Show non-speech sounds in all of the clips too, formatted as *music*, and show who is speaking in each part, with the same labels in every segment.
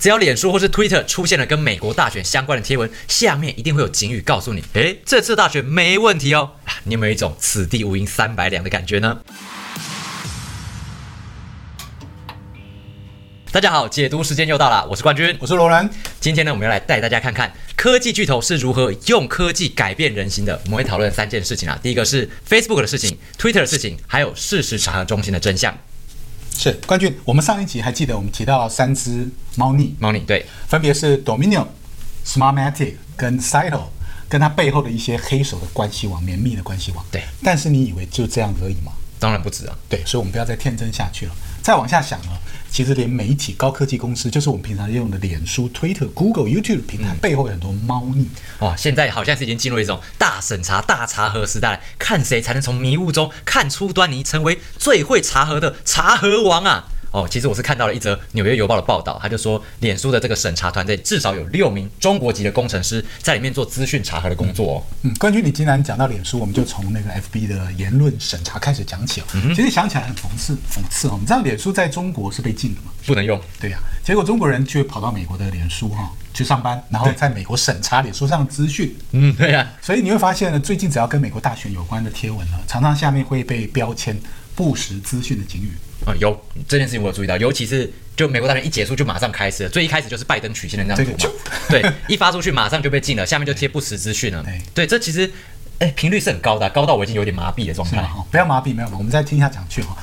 Speaker 1: 只要脸书或是 Twitter 出现了跟美国大选相关的贴文，下面一定会有警语告诉你，诶，这次大选没问题哦。啊你有没有一种此地无银三百两的感觉呢？大家好，解读时间又到了，我是冠军，
Speaker 2: 我是罗兰，
Speaker 1: 今天呢，我们要来带大家看看科技巨头是如何用科技改变人心的。我们会讨论三件事情啊，第一个是 Facebook 的事情、Twitter 的事情，还有事实查核中心的真相。
Speaker 2: 是冠军。我们上一集还记得我们提到三只猫腻，
Speaker 1: 猫腻对，
Speaker 2: 分别是 Dominion、Smartmatic 跟 Cyto，跟它背后的一些黑手的关系网、绵密的关系网。
Speaker 1: 对，
Speaker 2: 但是你以为就这样而已吗？
Speaker 1: 当然不止啊，
Speaker 2: 对，所以我们不要再天真下去了。再往下想呢，其实连媒体、高科技公司，就是我们平常用的脸书、Twitter、Google、YouTube 平台背后有很多猫腻。
Speaker 1: 哇，哦现在好像是已经进入一种哦大审查、大查核时代了，看谁才能从迷雾中看出端倪，成为最会查核的查核王啊！哦，其实我是看到了一则《纽约邮报》的报道，他就说，脸书的这个审查团队至少有六名中国籍的工程师在里面做资讯查核的工作哦。
Speaker 2: 嗯，冠军，你既然讲到脸书，我们就从那个 FB 的言论审查开始讲起哦。其实想起来很讽刺，讽刺哦。我们知道脸书在中国是被禁的嘛？
Speaker 1: 不能用，
Speaker 2: 对呀、结果中国人却跑到美国的脸书哈、去上班，然后在美国审查脸书上的资讯。
Speaker 1: 嗯，对呀、
Speaker 2: 所以你会发现呢，最近只要跟美国大选有关的贴文呢，常常下面会被标签不实资讯的警语。
Speaker 1: 啊、有这件事情我有注意到，尤其是就美国大选一结束就马上开始了，最一开始就是拜登曲线的那张图
Speaker 2: 这
Speaker 1: 嘛
Speaker 2: 个，
Speaker 1: 对， *laughs* 一发出去马上就被禁了，下面就贴不实资讯了
Speaker 2: 对，
Speaker 1: 对，这其实哎频率是很高的，高到我已经有点麻痹的状
Speaker 2: 是吧？啊
Speaker 1: 态。
Speaker 2: 哈，不要麻痹，没有，我们再听一下讲去哈。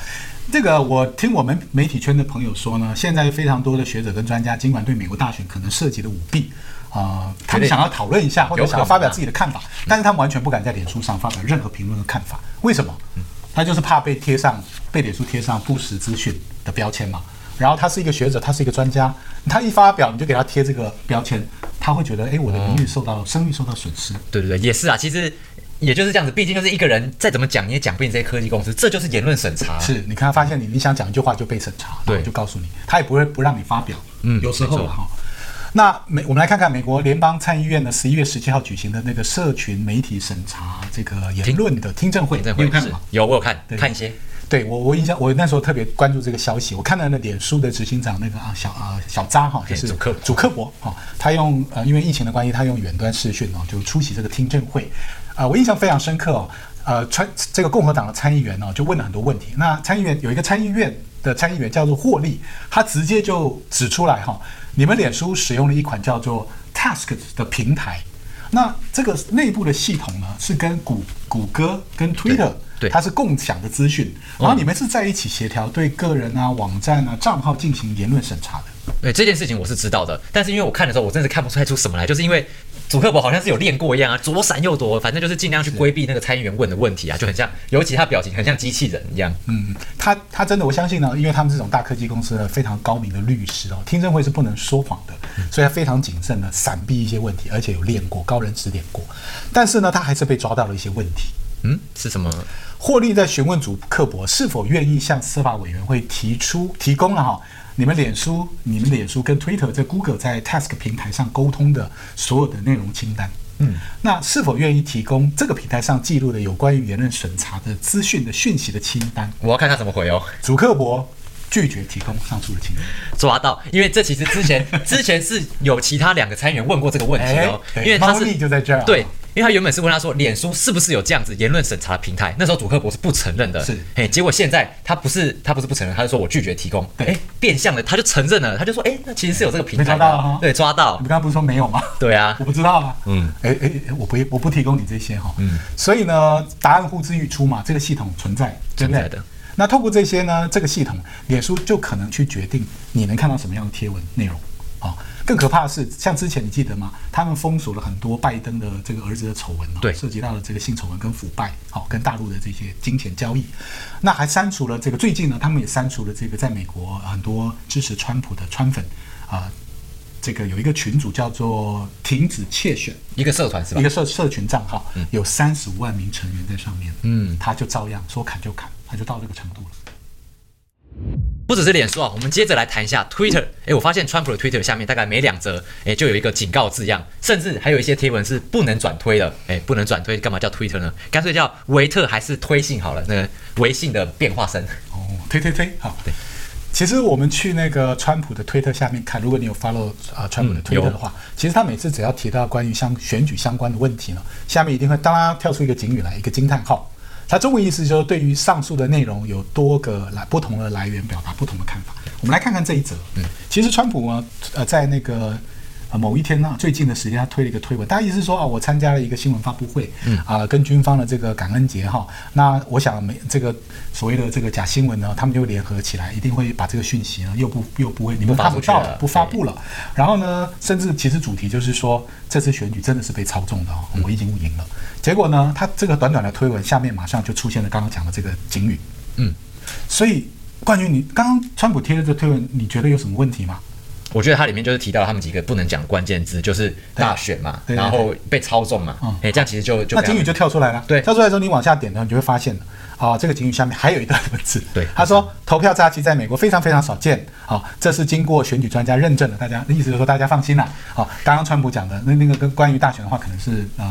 Speaker 2: 这个我听我们媒体圈的朋友说呢，现在非常多的学者跟专家，尽管对美国大选可能涉及的舞弊，啊、他们想要讨论一下或者
Speaker 1: 有可
Speaker 2: 想
Speaker 1: 能
Speaker 2: 要发表
Speaker 1: 啊
Speaker 2: 自己的看法，但是他们完全不敢在脸书上发表任何评论和看法，为什么？
Speaker 1: 嗯
Speaker 2: 他就是怕被贴上被脸书贴上不实资讯的标签嘛。然后他是一个学者，他是一个专家，他一发表你就给他贴这个标签，他会觉得，哎，我的名誉受到声誉受到损失。
Speaker 1: 对对对，也是啊，其实也就是这样子，毕竟就是一个人再怎么讲你也讲不赢这些科技公司，这就是言论审查。啊
Speaker 2: 是你看，他发现你你想讲一句话就被审查，
Speaker 1: 对
Speaker 2: 然后就告诉你，他也不会不让你发表。
Speaker 1: 嗯
Speaker 2: 有时候
Speaker 1: 没错
Speaker 2: 哈。那美，我们来看看美国联邦参议院的十一月十七号举行的那个社群媒体审查这个言论的听证会，
Speaker 1: 听证
Speaker 2: 你
Speaker 1: 会
Speaker 2: 有看
Speaker 1: 是
Speaker 2: 吗？
Speaker 1: 有我有看
Speaker 2: 对
Speaker 1: 看一些，
Speaker 2: 对我，我印象，我那时候特别关注这个消息，我看到那脸书的执行长那个啊小啊小扎哈，就是
Speaker 1: 祖克伯
Speaker 2: 祖克伯哈、他用呃因为疫情的关系，他用远端视讯哦，就出席这个听证会，啊、我印象非常深刻哦，呃，川这个共和党的参议员呢、哦就问了很多问题，那参议员有一个参议院的参议员叫做霍利，他直接就指出来哈、你们脸书使用了一款叫做 Task 的平台。那这个内部的系统呢，是跟谷谷歌跟 Twitter
Speaker 1: 对
Speaker 2: 它是共享的资讯，然后你们是在一起协调对个人啊、网站啊、账号进行言论审查的。
Speaker 1: 对这件事情我是知道的，但是因为我看的时候，我真的是看不出来出什么来，就是因为祖克伯好像是有练过一样啊，左闪右躲，反正就是尽量去规避那个参议员问的问题啊，就很像，尤其他表情很像机器人一样。
Speaker 2: 嗯，他他真的，我相信呢，因为他们这种大科技公司呢，非常高明的律师哦，听证会是不能说谎的，所以他非常谨慎的闪避一些问题，而且有练过，高人指点过。但是呢，他还是被抓到了一些问题。
Speaker 1: 嗯，是什么？
Speaker 2: 霍利在询问主克伯是否愿意向司法委员会提出提供了哈，你们脸书、你们脸书跟 Twitter 在 Google 在 Task 平台上沟通的所有的内容清单。嗯，那是否愿意提供这个平台上记录的有关于言论审查的资讯的讯息的清单？
Speaker 1: 我要看他怎么回哦。
Speaker 2: 主克伯拒绝提供上述的清单。
Speaker 1: 抓到，因为这其实之
Speaker 2: *laughs*
Speaker 1: 前之前是有其他两个参议员问过这个问题哦，
Speaker 2: 哎对
Speaker 1: 因为他
Speaker 2: 猫
Speaker 1: 是
Speaker 2: 腻就在这儿啊
Speaker 1: 对，因为他原本是问他说，脸书是不是有这样子言论审查的平台？那时候主克伯是不承认的，
Speaker 2: 是
Speaker 1: 哎，结果现在他不是他不是不承认，他就说我拒绝提供，
Speaker 2: 对
Speaker 1: 哎，变相的他就承认了，他就说，哎，那其实是有这个平台的，
Speaker 2: 被抓到了哈
Speaker 1: 对，抓到
Speaker 2: 你，们刚刚不是说没有
Speaker 1: *laughs*
Speaker 2: 吗？
Speaker 1: 对啊
Speaker 2: 我，不知道啊。
Speaker 1: 嗯，
Speaker 2: 哎哎，哎我不我不提供你这些哈。嗯，所以呢，答案呼之欲出嘛，这个系统存在，对不对
Speaker 1: 存在的。
Speaker 2: 那透过这些呢，这个系统，脸书就可能去决定你能看到什么样的贴文内容啊、更可怕的是，像之前你记得吗？他们封锁了很多拜登的这个儿子的丑闻啊、
Speaker 1: 对
Speaker 2: 涉及到了这个性丑闻跟腐败，好、跟大陆的这些金钱交易。那还删除了这个，最近呢，他们也删除了这个在美国很多支持川普的川粉啊、这个有一个群组叫做“停止窃选”，
Speaker 1: 一个社团是吧
Speaker 2: 一个？社社群账号，有三十五万名成员在上面，
Speaker 1: 嗯
Speaker 2: 他就照样说砍就砍，他就到这个程度了。
Speaker 1: 不只是脸书啊，我们接着来谈一下 Twitter。诶，我发现川普的 Twitter 下面大概每两则，诶，就有一个警告字样，甚至还有一些贴文是不能转推的。诶，不能转推，干嘛叫 Twitter 呢？干脆叫维特还是推信好了，那个微信的变化声。
Speaker 2: 哦，推推推，好，对。其实我们去那个川普的推特下面看，如果你有 follow 啊、呃、川
Speaker 1: 嗯
Speaker 2: 普的推特的话，其实他每次只要提到关于相选举相关的问题呢，下面一定会当啦跳出一个警语来，一个惊叹号。它中文意思就是对于上述的内容有多个来不同的来源表达不同的看法。我们来看看这一则。嗯，其实川普呢，呃，在那个。呃，某一天呢，最近的时间，他推了一个推文，大意是说啊，我参加了一个新闻发布会，啊、呃，跟军方的这个感恩节哈，那我想没这个所谓的这个假新闻呢，他们就联合起来，一定会把这个讯息呢，又不又不会你们看不到了，不发布了，然后呢，甚至其实主题就是说，这次选举真的是被操纵的哦，我已经赢了。结果呢，他这个短短的推文下面马上就出现了刚刚讲的这个警语，
Speaker 1: 嗯，
Speaker 2: 所以冠军，你刚刚川普贴的这推文，你觉得有什么问题吗？
Speaker 1: 我觉得它里面就是提到他们几个不能讲关键字，就是大选嘛，
Speaker 2: 对对对
Speaker 1: 然后被操纵嘛，哎、
Speaker 2: 嗯
Speaker 1: 这样其实就就被
Speaker 2: 那
Speaker 1: 他
Speaker 2: 警
Speaker 1: 们
Speaker 2: 语就跳出来了。
Speaker 1: 对
Speaker 2: 跳出来之后你往下点呢，你就会发现啊，这个警语下面还有一段文字。
Speaker 1: 对
Speaker 2: 他说投票诈欺在美国非常非常少见，好、这是经过选举专家认证的，大家意思就是说大家放心啦。好、刚刚川普讲的那那个跟关于大选的话，可能是呃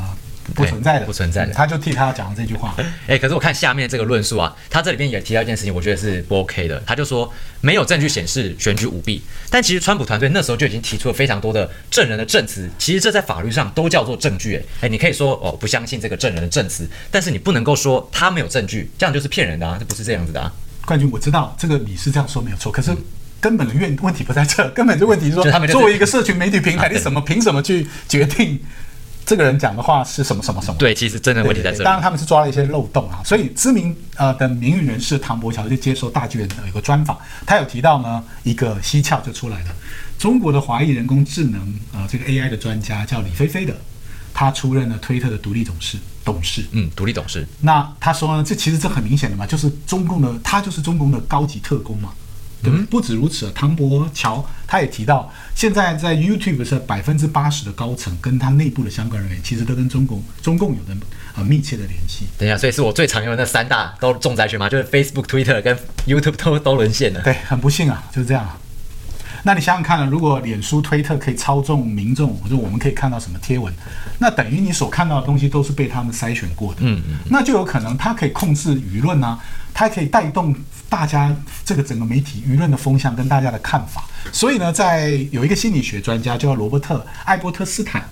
Speaker 2: 不
Speaker 1: 对
Speaker 2: 存在的，
Speaker 1: 不存在的
Speaker 2: 嗯他就替他讲了这句话。
Speaker 1: 哎、可是我看下面这个论述啊，他这里面也提到一件事情，我觉得是不 OK 的。他就说没有证据显示选举舞弊，但其实川普团队那时候就已经提出了非常多的证人的证词，其实这在法律上都叫做证据、哎，哎，你可以说哦不相信这个证人的证词，但是你不能够说他没有证据，这样就是骗人的啊，这不是这样子的啊。
Speaker 2: 冠军，我知道这个你是这样说没有错，可是。根本的问问题不在这， *laughs* 根本就问题是说，
Speaker 1: 嗯就是他们就是
Speaker 2: 作为一个社群媒体平台，
Speaker 1: 啊对
Speaker 2: 你怎么凭什么去决定这个人讲的话是什么什么什么？
Speaker 1: 对，其实真的问题在
Speaker 2: 对对
Speaker 1: 这里
Speaker 2: 对当。然他们是抓了一些漏洞啊，所以知名呃的名誉人士唐伯乔就接受大纪元有一个专访，他有提到呢一个蹊跷就出来了，中国的华裔人工智能呃这个 AI 的专家叫李飞飞的，他出任了推特的独立董事董事。
Speaker 1: 嗯，独立董事，
Speaker 2: 那他说呢，这其实这很明显的嘛，就是中共的，他就是中共的高级特工嘛，对不对？不止如此，唐伯乔他也提到，现在在 YouTube 是百分之八十的高层跟他内部的相关人员，其实都跟中共中共有着呃密切的联系。
Speaker 1: 等一下，所以是我最常用的那三大都重灾区嘛，就是 Facebook、Twitter 跟 YouTube 都都沦陷了。
Speaker 2: 对，很不幸啊，就是这样啊。那你想想看呢，如果脸书、推特可以操纵民众，或者我们可以看到什么贴文，那等于你所看到的东西都是被他们筛选过的。
Speaker 1: 嗯
Speaker 2: 嗯。那就有可能它可以控制舆论啊，它可以带动大家这个整个媒体舆论的风向跟大家的看法。所以呢，在有一个心理学专家叫罗伯特·艾伯特斯坦，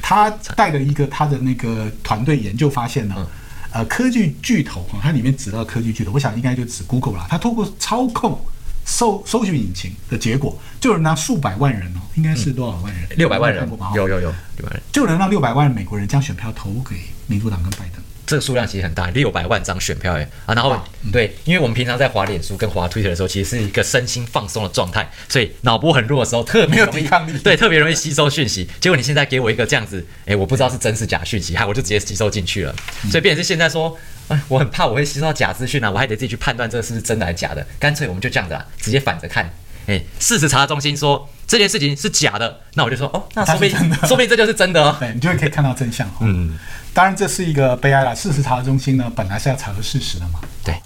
Speaker 2: 他带了一个他的那个团队研究发现
Speaker 1: 嗯
Speaker 2: 呢。呃，科技巨头哈，它里面指到科技巨头，我想应该就指 Google 啦。它透过操控搜搜寻引擎的结果，就能让数百万人哦，应该是多少万人？
Speaker 1: 嗯六百万人
Speaker 2: 看过吧哈
Speaker 1: 有有有六百人，
Speaker 2: 就能让六百万美国人将选票投给民主党跟拜登。
Speaker 1: 这个数量其实很大，六百万张选票哎啊，然后对，因为我们平常在滑脸书跟滑 Twitter 的时候，其实是一个身心放松的状态，所以脑波很弱的时候特别
Speaker 2: 没有
Speaker 1: 容
Speaker 2: *laughs*
Speaker 1: 易
Speaker 2: 抵抗力
Speaker 1: 对，特别容易吸收讯息。结果你现在给我一个这样子，哎，我不知道是真是假讯息，害我就直接吸收进去了。
Speaker 2: 嗯
Speaker 1: 所以变成是现在说，哎，我很怕我会吸收到假资讯啊，我还得自己去判断这个是不是真的还是假的。干脆我们就这样子啦，直接反着看。哎，事实查核中心说这件事情是假的，那我就说哦，那说不定
Speaker 2: 那是真的
Speaker 1: 说不定这就是真的哦。
Speaker 2: 对，你就会可以看到真相。嗯，当然这是一个悲哀啦。事实查核中心呢，本来是要查核事实的嘛。
Speaker 1: 对，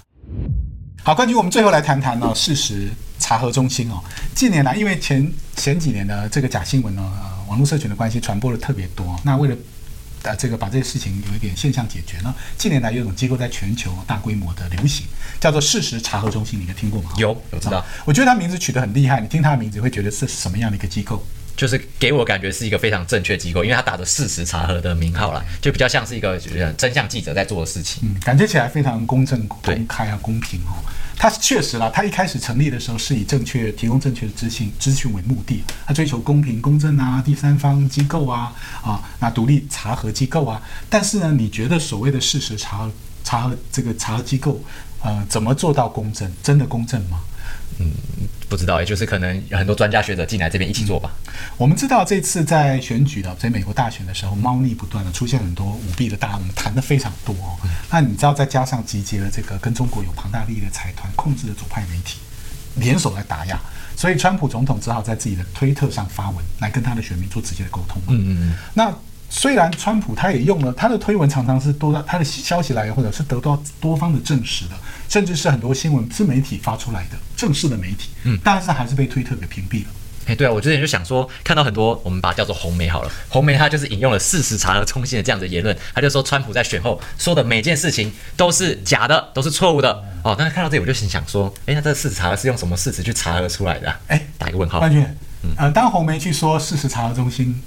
Speaker 2: 好，冠军，我们最后来谈谈呢、事实查核中心哦。近年来，因为前前几年的这个假新闻呢，呃、网络社群的关系传播的特别多。那为了呃这个把这个事情有一点现象解决呢，近年来有一种机构在全球大规模的流行，叫做事实查核中心，你应该听过吗？
Speaker 1: 有我知道
Speaker 2: 啊我觉得它名字取得很厉害，你听它的名字会觉得这是什么样的一个机构？
Speaker 1: 就是给我感觉是一个非常正确的机构，因为他打着事实查核的名号啦，就比较像是一个就是真相记者在做的事情。
Speaker 2: 嗯，感觉起来非常公正、
Speaker 1: 对
Speaker 2: 公开啊、公平哦。它确实啦，它一开始成立的时候是以正确提供正确的资讯资讯为目的，它追求公平、公正啊，第三方机构啊啊，那独立查核机构啊。但是呢，你觉得所谓的事实查核查核这个查核机构，呃，怎么做到公正？真的公正吗？
Speaker 1: 不知道，也就是可能很多专家学者进来这边一起做吧。
Speaker 2: 我们知道这次在选举的，在美国大选的时候，猫腻不断的出现很多舞弊的大案，我们谈的非常多、哦。那你知道，再加上集结了这个跟中国有庞大利益的财团控制的左派媒体，联手来打压，所以川普总统只好在自己的推特上发文来跟他的选民做直接的沟通。嗯嗯嗯。那虽然川普他也用了他的推文，常常是多他的消息来源或者是得到多方的证实的，甚至是很多新闻自媒体发出来的正式的媒体，嗯，但是还是被推特给屏蔽了。
Speaker 1: 哎，对啊，我之前就想说，看到很多我们把它叫做红媒好了，红媒它就是引用了事实查核中心的这样的言论，他就说川普在选后说的每件事情都是假的，都是错误的。哦，但是看到这里我就心想说，哎，那这个事实查核是用什么事实去查核出来的、啊？
Speaker 2: 哎
Speaker 1: 打一个问号。
Speaker 2: 冠军，
Speaker 1: 嗯
Speaker 2: 呃，当红媒去说事实查核中心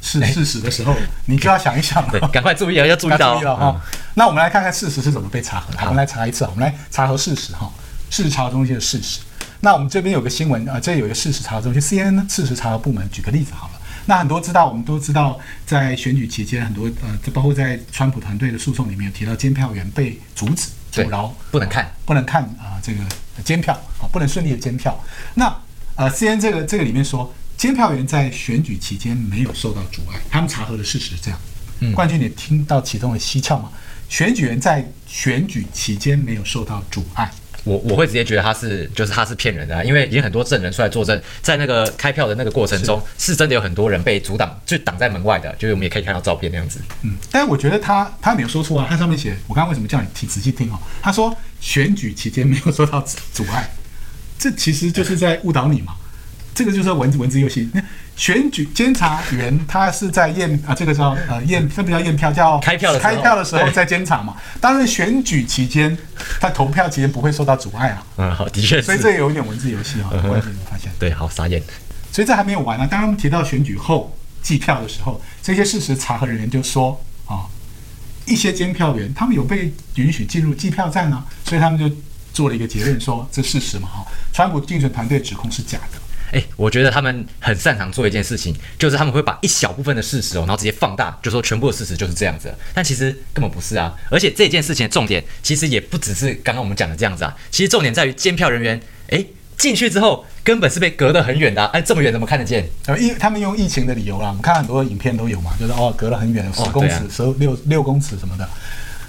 Speaker 2: 是事实的时
Speaker 1: *laughs*
Speaker 2: 候，你就要想一想
Speaker 1: 哎对，
Speaker 2: 了。
Speaker 1: 赶快注意啊，要注意到
Speaker 2: 注意了哈、
Speaker 1: 哦。
Speaker 2: 那我们来看看事实是怎么被查核的。
Speaker 1: 好
Speaker 2: 我们来查一次啊，我们来查核事实哈、事实查核中心的事实。那我们这边有个新闻啊、呃，这有一个事实查核中心，CNN 的事实查核部门，举个例子好了。那很多知道，我们都知道，在选举期间，很多呃，这包括在川普团队的诉讼里面有提到，监票员被阻止、阻
Speaker 1: 对
Speaker 2: 挠，
Speaker 1: 不能看，
Speaker 2: 不能看啊、这个监票啊，不能顺利的监票。那呃，C N 这个这个里面说，监票员在选举期间没有受到阻碍，他们查核的事实是这样。
Speaker 1: 嗯
Speaker 2: 冠军，你听到其中的蹊跷吗？选举人在选举期间没有受到阻碍，
Speaker 1: 我我会直接觉得他是就是他是骗人的、啊，因为已经很多证人出来作证，在那个开票的那个过程中，是真的有很多人被阻挡，就挡在门外的，就是我们也可以看到照片那样子。
Speaker 2: 嗯，但是我觉得他他没有说错啊，他上面写，我刚刚为什么叫你听仔细听哦？他说选举期间没有受到阻阻碍，这其实就是在误导你嘛。这个就是文字文字游戏。那选举监察员他是在验啊，这个叫呃验，那不叫验票，叫
Speaker 1: 开票的时候
Speaker 2: 开票的时候
Speaker 1: 对
Speaker 2: 在监察嘛。当然选举期间，他投票期间不会受到阻碍啊，
Speaker 1: 嗯，好，的确
Speaker 2: 所以
Speaker 1: 是。
Speaker 2: 这有一点文字游戏啊、
Speaker 1: 嗯
Speaker 2: 哦，我有没有发现？
Speaker 1: 对，好傻眼。
Speaker 2: 所以这还没有完呢、当他们提到选举后计票的时候，这些事实查核人员就说啊、一些监票员他们有被允许进入计票站呢、所以他们就做了一个结论说这事实嘛哈、川普竞选团队指控是假的。
Speaker 1: 哎、我觉得他们很擅长做一件事情，就是他们会把一小部分的事实哦，然后直接放大，就说全部的事实就是这样子。但其实根本不是啊！而且这件事情的重点其实也不只是刚刚我们讲的这样子啊，其实重点在于监票人员，哎、进去之后根本是被隔得很远的、啊，哎、这么远怎么看得见？
Speaker 2: 然后疫他们用疫情的理由啦，我们看很多影片都有嘛，就是哦隔了很远，十
Speaker 1: 哦
Speaker 2: 公
Speaker 1: 对啊
Speaker 2: 尺、十六六公尺什么的，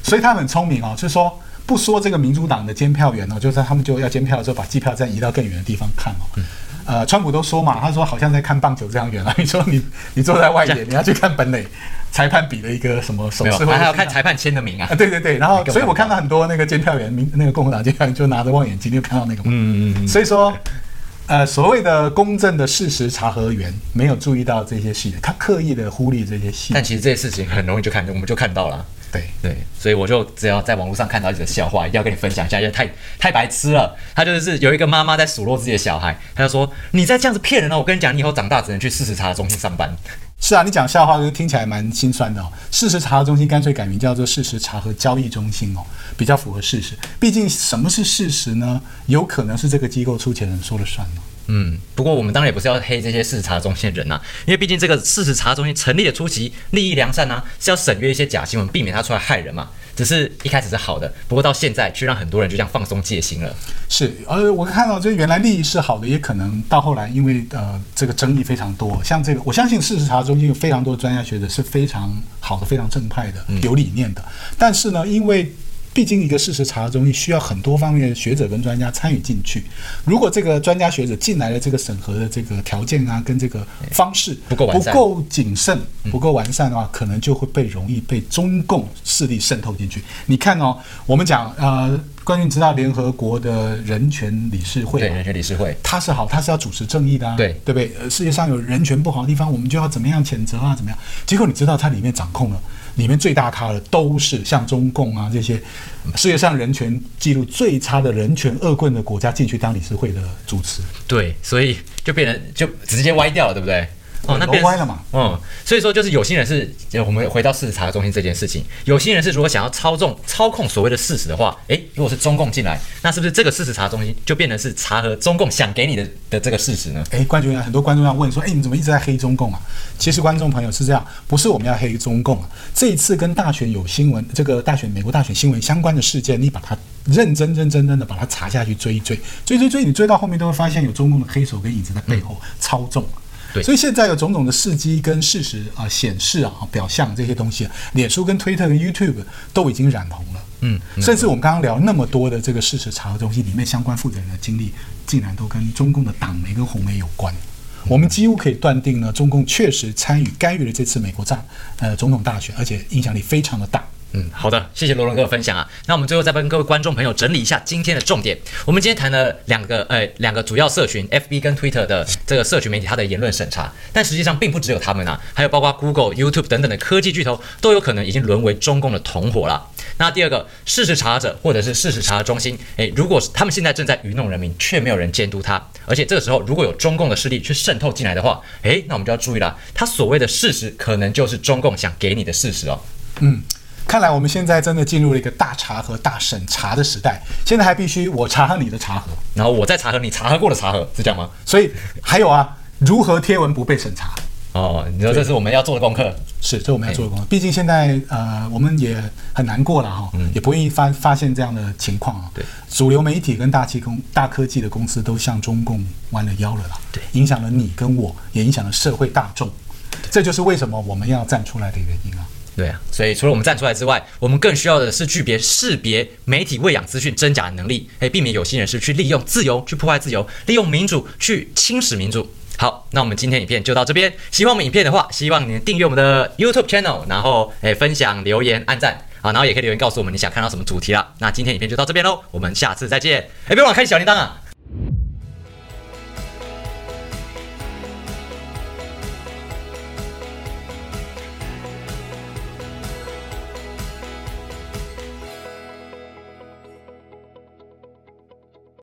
Speaker 2: 所以他们很聪明哦，就是说不说这个民主党的监票员哦，就是他们就要监票的时候把计票站移到更远的地方看
Speaker 1: 嗯
Speaker 2: 哦。呃，川普都说嘛，他说好像在看棒球这样远啊，你说你你坐在外野，你要去看本垒，裁判比了一个什么手
Speaker 1: 没有，
Speaker 2: 势，
Speaker 1: 还还要看裁判签的名啊
Speaker 2: *laughs* 啊，。对对对，然后
Speaker 1: 根本
Speaker 2: 所以我
Speaker 1: 看
Speaker 2: 看
Speaker 1: 不到
Speaker 2: 到很多那个监票员，民那个共和党监票员就拿着望远镜就看到那个嘛，
Speaker 1: 嗯嗯嗯。
Speaker 2: 所以说，呃，所谓的公正的事实查核员没有注意到这些细节，他刻意的忽略这些细
Speaker 1: 但其
Speaker 2: 节。
Speaker 1: 实这些事情很容易就看，我们就看到了啊。
Speaker 2: 对，
Speaker 1: 对，所以我就只要在网络上看到一则笑话，一定要跟你分享一下，因为太太白痴了。他就是有一个妈妈在数落自己的小孩，他就说：“你再这样子骗人哦，我跟你讲，你以后长大只能去事实查核中心上班。
Speaker 2: 是啊，你讲笑话就听起来蛮心酸的哦。事实查核中心干脆改名叫做事实查核交易中心哦，比较符合事实。毕竟什么是事实呢？有可能是这个机构出钱人说了算哦。”
Speaker 1: 嗯，不过我们当然也不是要黑这些事实查核中心的人呐、啊因为毕竟这个事实查核中心成立的初期，利益良善呐、啊是要审阅一些假新闻，避免他出来害人嘛。只是一开始是好的，不过到现在却让很多人就这样放松戒心了。
Speaker 2: 是，呃，我看到就是原来利益是好的，也可能到后来因为呃这个争议非常多，像这个我相信事实查核中心有非常多专家学者是非常好的、非常正派的、
Speaker 1: 嗯
Speaker 2: 有理念的，但是呢，因为毕竟一个事实查核中心需要很多方面的学者跟专家参与进去，如果这个专家学者进来的这个审核的这个条件啊，跟这个方式
Speaker 1: 不够完善
Speaker 2: 不够谨慎、不够完善的话，可能就会被容易被中共势力渗透进去。你看哦，我们讲呃，关于你知道联合国的人权理事会啊
Speaker 1: 对，
Speaker 2: 吗
Speaker 1: 人权理事会。
Speaker 2: 它是好，它是要主持正义的啊，
Speaker 1: 对
Speaker 2: 对不对？呃世界上有人权不好的地方，我们就要怎么样谴责啊，怎么样？结果你知道它里面掌控了，里面最大咖的都是像中共啊这些世界上人权记录最差的人权恶棍的国家进去当理事会的主持。
Speaker 1: 对，所以就变成就直接歪掉了，对不对？哦，那
Speaker 2: 都
Speaker 1: 变成
Speaker 2: 歪了嘛。
Speaker 1: 嗯，所以说就是有心人是，呃我们回到事实查核中心这件事情，有心人是如果想要操纵、操控所谓的事实的话，诶，如果是中共进来，那是不是这个事实查核中心就变成是查核中共想给你的的这个事实呢？
Speaker 2: 哎，观众很多观众要问说，哎，你怎么一直在黑中共啊？其实观众朋友是这样，不是我们要黑中共啊。这一次跟大选有新闻，这个大选美国大选新闻相关的事件，你把它认真认真真的把它查下去追一追，追追追，你追到后面都会发现有中共的黑手跟影子在背后操纵。
Speaker 1: 对
Speaker 2: 所以现在有种种的事机跟事实啊、显示啊、表象这些东西、啊，脸书跟推特跟 YouTube 都已经染红了。
Speaker 1: 嗯，
Speaker 2: 甚至我们刚刚聊那么多的这个事实查核中心里面相关负责人的经历，竟然都跟中共的党媒跟红媒有关。
Speaker 1: 嗯
Speaker 2: 我们几乎可以断定呢，中共确实参与干预了这次美国大呃总统大选，而且影响力非常的大。
Speaker 1: 嗯，好的，谢谢罗伦哥的分享啊。那我们最后再帮各位观众朋友整理一下今天的重点。我们今天谈了两个呃两个主要社群 FB 跟 Twitter 的这个社群媒体它的言论审查，但实际上并不只有他们啊，还有包括 Google、YouTube 等等的科技巨头都有可能已经沦为中共的同伙了。那第二个，事实查者或者是事实查中心，诶，如果是他们现在正在愚弄人民，却没有人监督他，而且这个时候如果有中共的势力去渗透进来的话，诶，那我们就要注意了，他所谓的事实可能就是中共想给你的事实哦。
Speaker 2: 嗯，看来我们现在真的进入了一个大查核、大审查的时代。现在还必须我查核你的查核，
Speaker 1: 然后我再查核你查核过的查核，是这样吗？
Speaker 2: 所以还有啊，如何贴文不被审查？
Speaker 1: 哦，你说这是我们要做的功课。
Speaker 2: 是，这我
Speaker 1: 哎
Speaker 2: 们要做的工作。毕竟现在呃，我们也很难过了哈、也不愿意发发现这样的情况啊。
Speaker 1: 嗯对，
Speaker 2: 主流媒体跟大气公大科技的公司都向中共弯了腰了啦。
Speaker 1: 对
Speaker 2: 影响了你跟我，也影响了社会大众。这就是为什么我们要站出来的原因啊。
Speaker 1: 对啊，所以除了我们站出来之外，我们更需要的是具别识别媒体喂养资讯真假的能力，哎，避免有心人士去利用自由去破坏自由，利用民主去侵蚀民主。好，那我们今天影片就到这边。喜欢我们影片的话，希望你能订阅我们的 YouTube channel，然后哎分享、留言、按赞啊，然后也可以留言告诉我们你想看到什么主题啦。那今天影片就到这边喽，我们下次再见。哎，别忘了开启小铃铛啊！